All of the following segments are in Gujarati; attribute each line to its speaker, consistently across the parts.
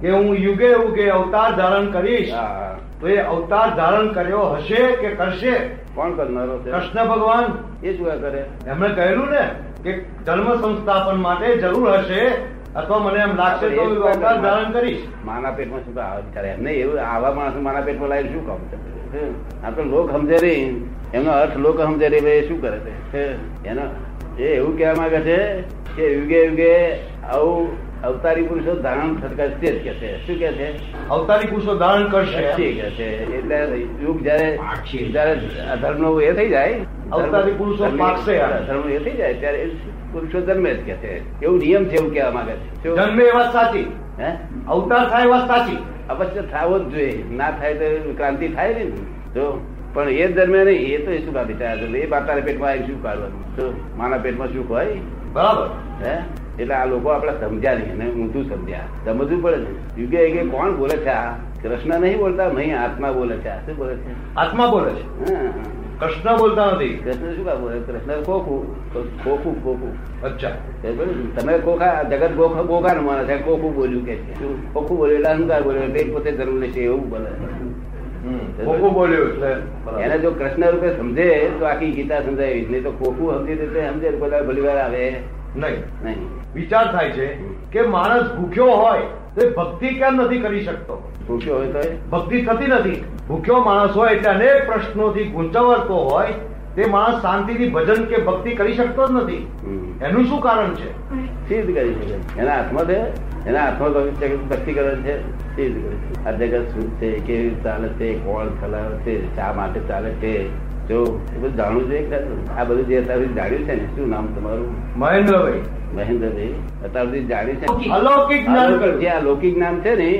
Speaker 1: કે હું યુગે યુગે અવતાર ધારણ કરીશ
Speaker 2: હા
Speaker 1: તો એ અવતાર ધારણ કર્યો હશે કે કરશે
Speaker 2: કોણ કરનારો છે
Speaker 1: કૃષ્ણ ભગવાન
Speaker 2: એ શું આ કરે
Speaker 1: એમણે કહેલું ને કે ધર્મ સંસ્થાપન માટે જરૂર હશે અથવા મને એમ લાગશે તો હું અવતાર ધારણ કરીશ
Speaker 2: માના પેટમાં શું કામ આવે બિચારા? એમને એવું આવા માણસ માના પેટમાં લાવીને શું કામ કરે? હે? આ તો લોક સમજે નહીં એમનો અર્થ લોક સમજે નહીં ભાઈ એ શું કરે છે હે? એનો એ એવું કહેવા માંગે છે કે યુગે યુગે આવું અવતારી પુરુષો ધારણ કરશે જ કે છે શું કે છે
Speaker 1: અવતારી પુરુષો ધારણ કરશે
Speaker 2: કરશે કે છે એટલે યુગ જ્યારે જ્યારે ધર્મનો એ થઈ જાય
Speaker 1: અવતારી પુરુષો
Speaker 2: ધર્મ-
Speaker 1: પાકશે.
Speaker 2: ધર્મનો એ થઈ જાય ત્યારે એ પુરુષો જન્મે જ કે છે એવું નિયમ છે એવું કહેવા માંગે છે શું?
Speaker 1: જન્મે એ વાત સાચી
Speaker 2: હે
Speaker 1: અવતાર થાય એ વાત સાચી
Speaker 2: અવશ્ય થવો જ જોઈએ ના થાય તો ક્રાંતિ થાય ને જો પણ એ દરમિયાન એ તો એ શું કાપી થાય એ બાપાના પેટમાં આવી શું કાઢવાનું તો માના પેટમાં શું હોય
Speaker 1: બરાબર
Speaker 2: હે એટલે આ લોકો આપડે સમજ્યા નહીં અને ઊંધું સમજ્યા સમજવું પડે ને યુગે યુગે કોણ બોલે છે આ કૃષ્ણ નહીં બોલતા નહીં આત્મા બોલે છે આ શું બોલે છે
Speaker 1: આત્મા બોલે છે
Speaker 2: હા.
Speaker 1: કૃષ્ણ બોલતા નથી
Speaker 2: કૃષ્ણ શું કામ બોલે કૃષ્ણ ખોખું ખોખું ખોખું
Speaker 1: અચ્છા
Speaker 2: એ બોલ્યું, તમે ખોખા જગત ખોખા ખોખા નું માને છે ખોખું બોલ્યું કે છે શું? ખોખું બોલ્યું એટલે અહંકાર બોલ્યો એટલે એ પોતે જરૂર લેશે એવું બોલે
Speaker 1: ખોખું બોલ્યું એટલે
Speaker 2: એને
Speaker 1: બરાબર.
Speaker 2: જો કૃષ્ણ રૂપે સમજે તો આખી ગીતા સમજાવી નહીં તો ખોખું સમજી રીતે સમજે તો બધા ભલીવાર આવે
Speaker 1: નહીં
Speaker 2: નહીં
Speaker 1: વિચાર થાય છે કે માણસ ભૂખ્યો હોય તો એ ભક્તિ કેમ નથી કરી શકતો
Speaker 2: ખોખ્યો હોય તો એ?
Speaker 1: ભક્તિ થતી નથી ભૂખ્યો માણસ હોય એટલે અનેક પ્રશ્નોથી ગુંચવતો હોય તે માણસ શાંતિથી ભજન કે ભક્તિ કરી શકતો જ નથી
Speaker 2: હમ.
Speaker 1: એનું શું કારણ છે
Speaker 2: સિદ્ધ કરી શકે એના હાથમાં છે એના હાથમાં તો છે કે ભક્તિ કરવાની છે સિદ્ધ કરી શકે. આ જગત શું છે કેવી રીતે ચાલે છે કોણ ચલાવે છે શા માટે ચાલે છે જો એ બધું જાણવું છે ખરું? આ બધું જે અત્યાર સુધી જાણ્યું છે ને શું નામ તમારું
Speaker 1: મહેન્દ્રભાઈ
Speaker 2: મહેન્દ્રભાઈ અત્યાર સુધી જાણ્યું છે ને?
Speaker 1: અલૌકિક જ્ઞાન
Speaker 2: અલૌકિક જે અલૌકિક જ્ઞાન છે ને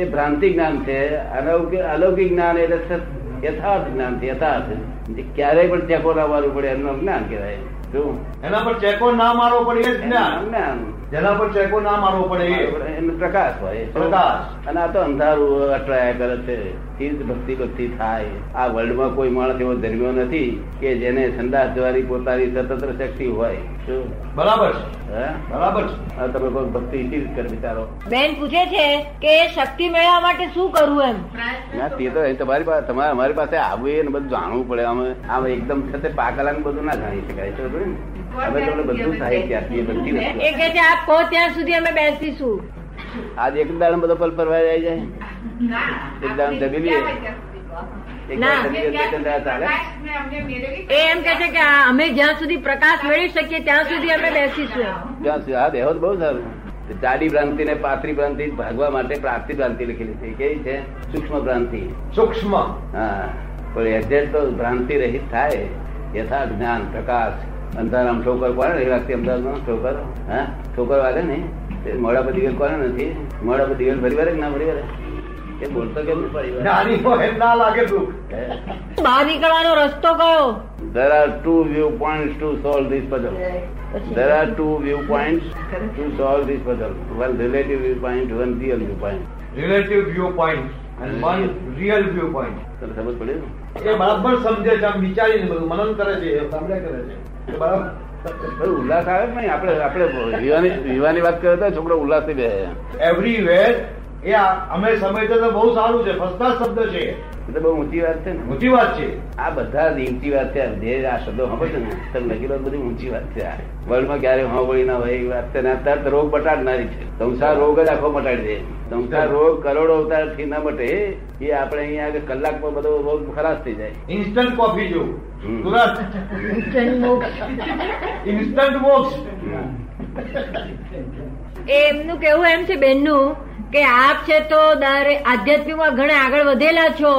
Speaker 2: તે ભ્રાંતિ જ્ઞાન છે અલૌકિક અલૌકિક જ્ઞાન એટલે સત- યથાર્થ જ્ઞાન છે યથાર્થ જે ક્યારેય પણ ચેકો ના મારવું પડે એમનું જ્ઞાન કહેવાય શું
Speaker 1: એના પર ચેકો ના મારવો પડે એ જ જ્ઞાન
Speaker 2: જ્ઞાન
Speaker 1: જેના પર ચેકો ના મારવો પડે એ
Speaker 2: એનો પ્રકાશ હોય શું?
Speaker 1: પ્રકાશ.
Speaker 2: અને આ તો અંધારું અટવાયા કરે છે એ જ ભક્તિ ભક્તિ થાય આ વર્લ્ડમાં કોઈ માણસ એવો ધર્મ્યો નથી કે જેને સંદાસ જવાની પોતાની સ્વતંત્ર શક્તિ હોય શું
Speaker 1: બરાબર છે
Speaker 2: હા
Speaker 1: બરાબર છે
Speaker 2: હવે તમે કોઈ ભક્તિ શી રીતે કરી વિચારો
Speaker 3: બેન પૂછે છે કે શક્તિ મેળવવા માટે શું કરવું એમ
Speaker 2: ના તે તો એ તમારી પાસે તમારે અમારી પાસે આવવું એ ને બધું જાણવું પડે અમે આમ એકદમ છે તે પાકલા ને બધું ના જાણી શકાય તો ખરું ને? અમે તમને બધું સાહિત્ય આપીએ બધી વસ્તુ
Speaker 3: એ કે છે આપ કહો ત્યાં સુધી અમે બેસીશું
Speaker 2: આપીએ. આજ એક દાડો બધો પલ પરવા જાય જાય એક દાડો જમી લઈએ એક
Speaker 3: ના.
Speaker 2: દાડો જમી લઈએ તો દાડા ચાલે
Speaker 3: એ એમ કે છે કે આ અમે જ્યાં સુધી પ્રકાશ મેળવી શકીએ ત્યાં સુધી અમે બેસીશું એમ.
Speaker 2: ત્યાં સુધી આ દેહો તો બહુ સારું તો જાડી ભ્રાંતિ ને પાતળી ભ્રાંતિ ભાગવા માટે પ્રાપ્તિ ભ્રાંતિ લખેલી છે કેવી છે સૂક્ષ્મ ભ્રાંતિ
Speaker 1: સૂક્ષ્મ
Speaker 2: હા પણ એક્ઝેક્ટ તો ભ્રાંતિ રહિત થાય યથાર્થ જ્ઞાન પ્રકાશ અંધારામ ઠોકર કોને એ વખતે અમદાવાદમાં ઠોકર હા ઠોકર વાગે ને તે મોડા પર દિવેલ કોને નથી મોડા પર દિવેલ ફરી વારે કે ના ફરી વારે એ બોલતો કેમ નહીં ફરી વારે?
Speaker 1: નાની હોય એમ ના લાગે દુઃખ
Speaker 2: હે?
Speaker 3: બહાર નીકળવાનો રસ્તો કયો
Speaker 2: There are two viewpoints to solve this puzzle. There are two viewpoints to solve this puzzle. One relative viewpoint, one real viewpoint.
Speaker 1: Relative view point અને વન રિયલ વ્યૂ પોઈન્ટ
Speaker 2: તને સમજ પડી ને?
Speaker 1: એ બરાબર સમજે છે આમ વિચારીને બધું મનન કરે છે એ સાંભળ્યા કરે છે એ બરાબર
Speaker 2: બહુ ઉલ્લાસ આવે કે નહીં આપણે આપણે વિવાની વિવાની વાત કરે તો છોકરો ઉલ્લાસથી બે
Speaker 1: એવરીવેર એ આ- અમે સમજતા તો બહુ સારું છે ફસતા શબ્દ છે
Speaker 2: એટલે બહુ ઊંચી વાત છે ને
Speaker 1: મોટી વાત છે
Speaker 2: આ બધા જ ઊંચી વાત છે જે આ શબ્દો સાંભળશે ને તમે લખી લો બધી ઊંચી વાત છે આ વર્લ્ડમાં ક્યારે સાંભળી ના હોય એ વાત છે ને આ તરત રોગ મટાડનારી છે સંસાર રોગ જ આખો મટાડી દે સંસાર રોગ કરોડો અવતાર થી ના મટે એ આપણે અહીંયા આગળ કલાકમાં બધો રોગ ખલાસ થઈ જાય
Speaker 1: ઇન્સ્ટન્ટ કોફી જેવું
Speaker 2: હમ.
Speaker 1: તુરંત ઇન્સ્ટન્ટ મોક્ષ
Speaker 3: એ એમનું કેવું એમ છે બેનનું કે આપ છે તો દરેક આધ્યાત્મિકમાં ઘણા આગળ વધેલા છો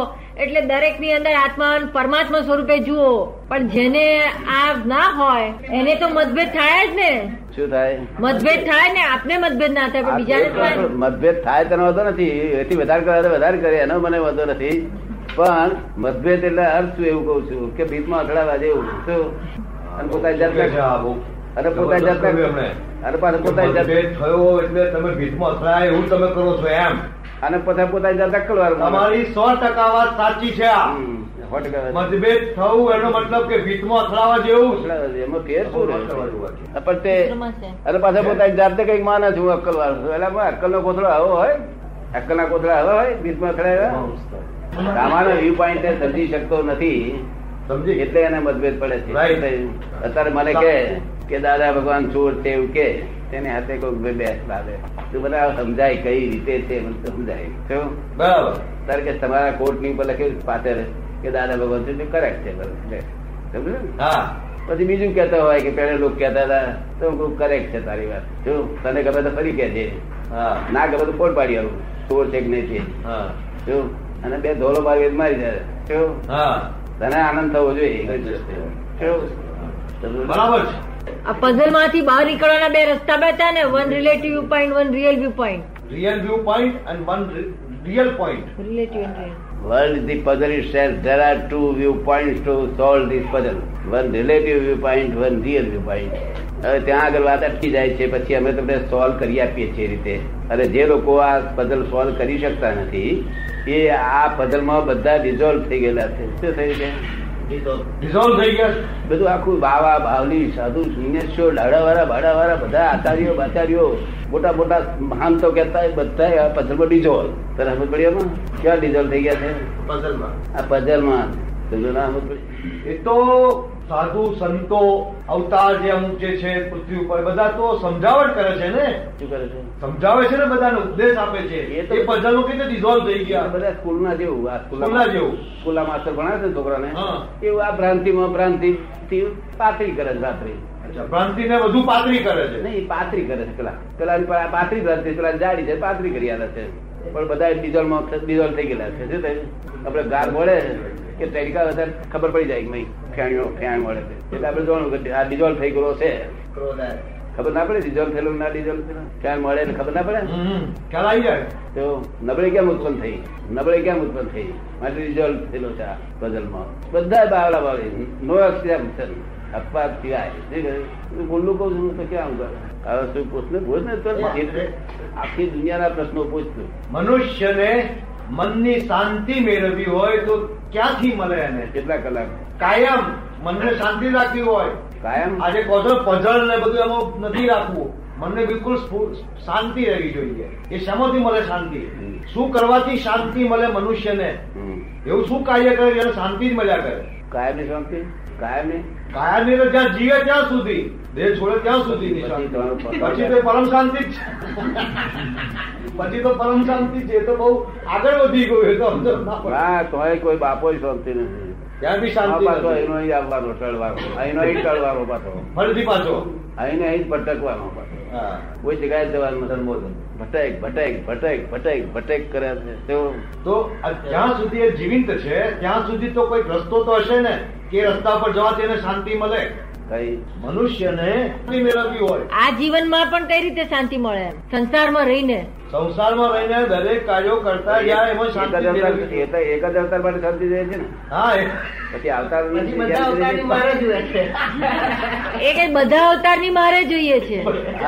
Speaker 3: એટલે દરેકની અંદર આત્મા પરમાત્મા સ્વરૂપે જુઓ પણ જેને આ ના હોય એને તો મતભેદ થાય જ ને
Speaker 2: શું થાય
Speaker 3: મતભેદ થાય ને આપને મતભેદ ના થાય પણ બીજાને થાય ને.
Speaker 2: મતભેદ થાય તેનો વાંધો નથી એથી વધારે કરે તો વધારે કરે એનો મને વાંધો નથી પણ મતભેદ એટલે અર્થ શું એવું કઉ છું કે ભીતમાં અથડાવા જેવું શું? અને પોતાની જાતના અને પોતાની જાતના અને પાછા પોતાની જાતના
Speaker 1: મતભેદ થયો એટલે તમે ભીતમાં અથડાય એવું તમે કરો છો એમ
Speaker 2: અને પોતા પોતાની જાતના કળવાનું.
Speaker 1: તમારી સો ટકા વાત સાચી છે આ
Speaker 2: હમ, સો ટકા વાત.
Speaker 1: મતભેદ થવું એનો મતલબ કે ભીતમાં અથડાવા જેવું છે
Speaker 2: અથડાવા જેવું. એમાં ફેર શું રહે
Speaker 1: અથડાવાનું.
Speaker 2: છે? પણ તે અને પાછા પોતાની જાતને કઈક માને છું હું અક્કલવાળો છું એટલે અક્કલ નો કોથળો આવો હોય અક્કલના કોથળા હવા હોય બીજમાં અથડાય એવા? સામાન્ય વ્યૂ પોઈન્ટ સમજી શકતો નથી
Speaker 1: સમજી
Speaker 2: એટલે એને મતભેદ પડે છે
Speaker 1: Right.
Speaker 2: એટલે અત્યારે મને કે કે દાદા ભગવાન ચોર છે એવું કે તેની હાથે કોઈક બે બેસ લાવે તું બધા સમજાય કઈ રીતે છે મને તો સમજાય તો
Speaker 1: બરાબર
Speaker 2: તારે કે તમારા કોર્ટ ની ઉપર લખેલું છે પાછળ કે દાદા ભગવાન છે કરેક્ટ છે બરાબર છે. સમજ્યો ને?
Speaker 1: હા
Speaker 2: પછી બીજું કહેતા હોય કે પેલા લોકો કહેતા હતા તો કરેક્ટ છે તારી વાત જો તને ગમે તો ફરી કહેજે
Speaker 1: હા
Speaker 2: ના ગમે તો ફોડ પાડી આવું ચોર છે કે નહીં છે
Speaker 1: હા
Speaker 2: જો અને બે ધોલો મારી મારી જાય જો
Speaker 1: હા
Speaker 2: તને આનંદ થવો જોઈએ જો
Speaker 1: બરાબર છે
Speaker 3: આ પઝલ માંથી બહાર નીકળવાના બે રસ્તા બતા ને one relative view point one real view point
Speaker 1: real view point and one real point
Speaker 3: relative and real
Speaker 2: world the puzzle itself there are two view point to solve this puzzle one relative view point one real view point હવે ત્યાં આગળ વાત અટકી જાય છે પછી અમે તમને સોલ્વ કરી આપીએ છીએ એ રીતે અને જે લોકો આ પઝલ સોલ્વ કરી શકતા નથી એ આ પઝલમાં બધા ડિઝોલ્વ થઈ ગયેલા છે શું થયું છે
Speaker 1: ડિઝોલ્વ થઈ ગયા છે.
Speaker 2: બધું આખું બાવા બાવલી સાધુ શૂન્યશો ડાડાવાળા ભાડાવાળા બધા આચાર્યો બાચાર્યો મોટા મોટા મહાન તો કહેતા હોય, બધા આ પઝલમાં ડિઝોલ્વ તને સમજ પડી એમાં ક્યાં ડિઝોલ્વ થઈ ગયા છે આ પઝલમાં તું ના સમજ પડી
Speaker 1: એ તો સાધુ સંતો અવતાર જે અમુક જે છે પૃથ્વી ઉપર બધા તો સમજાવટ કરે છે ને
Speaker 2: શું કરે છે
Speaker 1: સમજાવે છે ને બધાને ઉપદેશ આપે છે
Speaker 2: એ
Speaker 1: એ
Speaker 2: તો-
Speaker 1: પઝલ નું કીધું ડિઝોલ્વ થઈ
Speaker 2: આ
Speaker 1: ગયા
Speaker 2: બધા સ્કૂલના જેવું આ સ્કૂલના
Speaker 1: સ્કૂલના જેવું.
Speaker 2: સ્કૂલના માસ્ટર ભણાવે છે ને છોકરાને
Speaker 1: હા.
Speaker 2: એવું આ ભ્રાંતિમાં ભ્રાંતિ થી પાતરી કરે છે રાત્રે
Speaker 1: અચ્છા ભ્રાંતિ ને વધુ પાતળી કરે છે
Speaker 2: નહીં પાતરી કરે છે પેલા પેલા પાતરી ભ્રાંતિ પેલા જાડી છે પાતરી કરી આલે છે પણ બધા ડિઝલમાં ડિઝોલ્વ થઈ ગયેલા છે શું થયું આપણે ગાર મળે કે તડકા વધારે ખબર પડી જાય કે નહીં ફેણ્યો ફેણ મળે છે એટલે આપણે જોવાનું કે આ ડિઝોલ્વ થઈ ગયો છે ખબર ના પડે ડિઝોલ્વ થયેલું ના ડિઝોલ્વ થયેલું ફેણ મળે એટલે ખબર ના પડે
Speaker 1: હમ ખ્યાલ આવી જાય
Speaker 2: તો નબળે કેમ ઉત્પન્ન થઈ નબળે કેમ ઉત્પન્ન થઈ માટે રિઝલ્ટ થયેલો છે આ પઝલમાં બધા બાવલા બાવલી નો એક્સેપ્શન અપવાદ સિવાય શું કહ્યું? હું બોલું કહું છું હું તો ક્યાં ઉભા હવે શું પૂછને પૂછ ને તો આખી દુનિયાના પ્રશ્નો પૂછતું
Speaker 1: મનુષ્યને મનની શાંતિ મેળવવી હોય તો ક્યાંથી મળે એને
Speaker 2: કેટલા કલાક
Speaker 1: કાયમ મનને શાંતિ રાખવી હોય
Speaker 2: કાયમ
Speaker 1: આજે કહો છો પઝલ ને બધું એમાં નથી રાખવું મનને બિલકુલ સ્ફૂ- શાંતિ રહેવી જોઈએ એ શામાંથી મળે શાંતિ
Speaker 2: હમ.
Speaker 1: શું કરવાથી શાંતિ મળે મનુષ્યને
Speaker 2: હમ.
Speaker 1: એવું શું કાર્ય કરે જેને શાંતિ જ મળ્યા કરે
Speaker 2: કાયમની શાંતિ કાયમની
Speaker 1: કાયાની તો જ્યાં જીવે ત્યાં સુધી દેહ છોડે ત્યાં સુધીની
Speaker 2: પછી
Speaker 1: શાંતિ
Speaker 2: તમારું પતન.
Speaker 1: પછી તો પરમ શાંતિ જ છે. પછી તો પરમ શાંતિ છે એ તો બહુ આગળ વધી ગયું એ તો અંદર ના પડે.
Speaker 2: ના તોય કોઈ બાપો શાંતિ નથી
Speaker 1: ત્યાં બી
Speaker 2: આ
Speaker 1: શાંતિ નથી.
Speaker 2: પાછો અહીંનો અહીં આવવાનો ટળવાનો અહીંનો અહીં ટળવાનો પાછો
Speaker 1: ફરીથી પાછો
Speaker 2: અહીંને અહીં જ ભટકવાનો પાછો
Speaker 1: હા.
Speaker 2: કોઈ જગ્યાએ જ જવાનું નથી ભટેક ભટેક ભટેક ભટેક ભટેક કરે છે તેઓ
Speaker 1: તો આ જ્યાં સુધી એ જીવિત છે ત્યાં સુધી તો કોઈક રસ્તો તો હશે ને કે એ રસ્તા પર જવાથી એને શાંતિ મળે
Speaker 2: કઈ
Speaker 1: મનુષ્યને શાંતિ મેળવવી હોય
Speaker 3: આ જીવનમાં પણ કઈ રીતે શાંતિ મળે એમ? સંસારમાં રહીને
Speaker 1: સંસારમાં રહીને દરેક કાર્યો કરતા જ્યાં એમાં
Speaker 2: એક
Speaker 1: શાંતિ
Speaker 2: જ અવતાર
Speaker 1: મેળવવી
Speaker 2: એ
Speaker 1: હોય.
Speaker 2: તો એક જ અવતાર માટે શાંતિ જાય છે ને
Speaker 1: હા એ-
Speaker 2: પછી અવતાર
Speaker 3: એ કઈ બધા અવતારની મારે જોઈએ છે
Speaker 2: હા એવું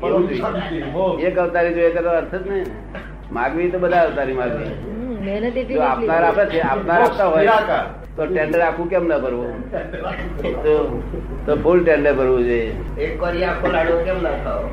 Speaker 1: પરમ
Speaker 2: જોઈએ.
Speaker 1: શાંતિ, મોક્ષ.
Speaker 2: એક અવતારી જોઈએ તેનો અર્થ જ નહીં ને. માગવી તો બધા અવતારી માગવી
Speaker 3: હમ, મહેનત એટલી
Speaker 2: જો આપનાર આપે છે આપનાર આપતા હોય
Speaker 1: નિરાકાર.
Speaker 2: તો ટેન્ડર આખું કેમ ના ભરવું તો- તો ફૂલ ટેન્ડર ભરવું જોઈએ
Speaker 4: એક વાર યા ખોલાડો કેમ ના ખાઓ